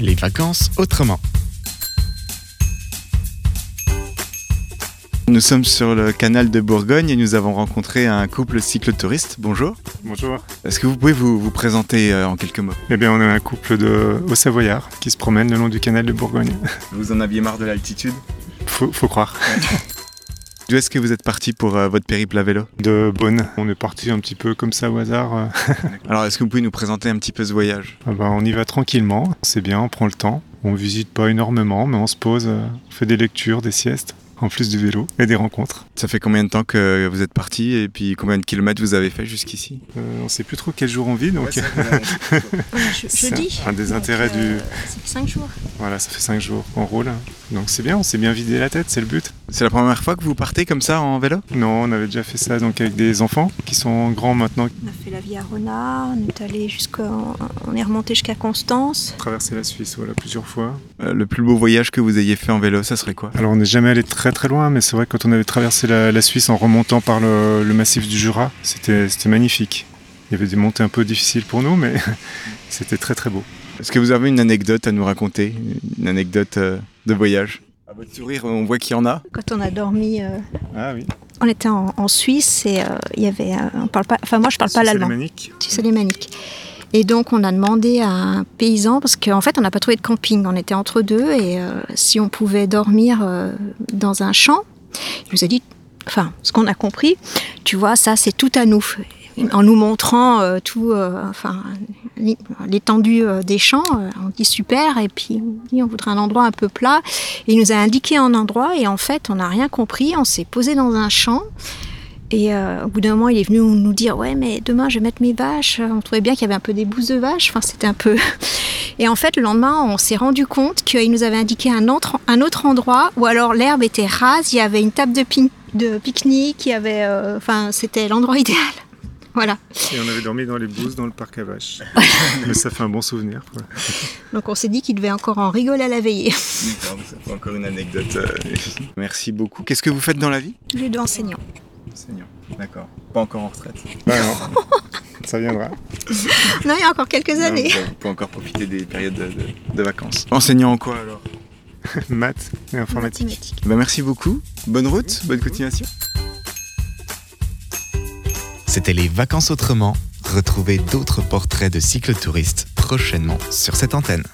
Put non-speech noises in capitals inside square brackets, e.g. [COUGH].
les vacances autrement. Nous sommes sur le canal de Bourgogne et nous avons rencontré un couple cyclotouriste. Bonjour. Bonjour. Est-ce que vous pouvez vous, vous présenter euh, en quelques mots Eh bien, on est un couple de hauts savoyards qui se promène le long du canal de Bourgogne. [LAUGHS] Vous en aviez marre de l'altitude Faut, faut croire. D'où est-ce que vous êtes parti pour euh, votre périple à vélo De Beaune, on est parti un petit peu comme ça au hasard. euh. Alors, est-ce que vous pouvez nous présenter un petit peu ce voyage Ah ben, on y va tranquillement, c'est bien, on prend le temps. On visite pas énormément, mais on se pose, euh, on fait des lectures, des siestes, en plus du vélo et des rencontres. Ça fait combien de temps que vous êtes parti et puis combien de kilomètres vous avez fait jusqu'ici Euh, on sait plus trop quel jour on vit, donc Je- euh, C'est Jeudi. un des intérêts du- 5 jours. voilà, ça fait cinq jours qu'on roule. Donc c'est bien, on s'est bien vidé la tête, c'est le but. [LAUGHS] C'est la première fois que vous partez comme ça en vélo Non, on avait déjà fait ça donc avec des enfants qui sont grands maintenant, On a fait la Via Rona, on est allé jusqu'en. On est remonté jusqu'à Constance. traverser la Suisse, voilà, plusieurs fois. Euh, Le plus beau voyage que vous ayez fait en vélo, ça serait quoi Alors on n'est jamais allé très très loin, mais c'est vrai que quand on avait traversé la, la Suisse en remontant par le, le massif du Jura, c'était c'était magnifique. Il y avait des montées un peu difficiles pour nous, mais [LAUGHS] c'était très très beau. Est-ce que vous avez une anecdote à nous raconter Une anecdote euh, de voyage À votre sourire, on voit qu'il y en a. Quand on a dormi, euh, Ah oui, on était en, en Suisse et euh, il y avait. euh, on parle pas. Enfin, moi, je parle pas l'allemand. Tu sais, les maniques. Et donc, on a demandé à un paysan, parce qu'en fait, on n'a pas trouvé de camping. On était entre deux et euh, si on pouvait dormir euh, dans un champ, il nous a dit, enfin, ce qu'on a compris, tu vois, ça, c'est tout à nous. En nous montrant euh, tout, euh, enfin, l'é- l'étendue euh, des champs, euh, on dit super, et puis on dit on voudrait un endroit un peu plat. Et il nous a indiqué un endroit, et en fait, on n'a rien compris. On s'est posé dans un champ, et euh, au bout d'un moment, il est venu nous dire Ouais, mais demain, je vais mettre mes vaches. On trouvait bien qu'il y avait un peu des bouses de vaches. Enfin, c'était un peu. [LAUGHS] Et en fait, le lendemain, on s'est rendu compte qu'il nous avait indiqué un autre, un autre endroit où alors l'herbe était rase, il y avait une table de, pin- de pique-nique, il y avait. euh, Enfin, c'était l'endroit [LAUGHS] idéal. Voilà. Et on avait dormi dans les bouses dans le parc à [LAUGHS] vaches. mais ça fait un bon souvenir. quoi. Donc, on s'est dit qu'il devait encore en rigoler à la veillée. encore une anecdote. euh, Merci beaucoup. Qu'est-ce que vous faites dans la vie J'ai deux enseignants. Seigneur. D'accord. Pas encore en retraite. Bah non, ça viendra. Non, il y a encore quelques années. On peut encore profiter des périodes de, de vacances. Enseignant en quoi alors Maths et informatique. Bah, Merci beaucoup. Bonne route, bonne continuation. C'était les vacances autrement. Retrouvez d'autres portraits de cyclotouristes prochainement sur cette antenne.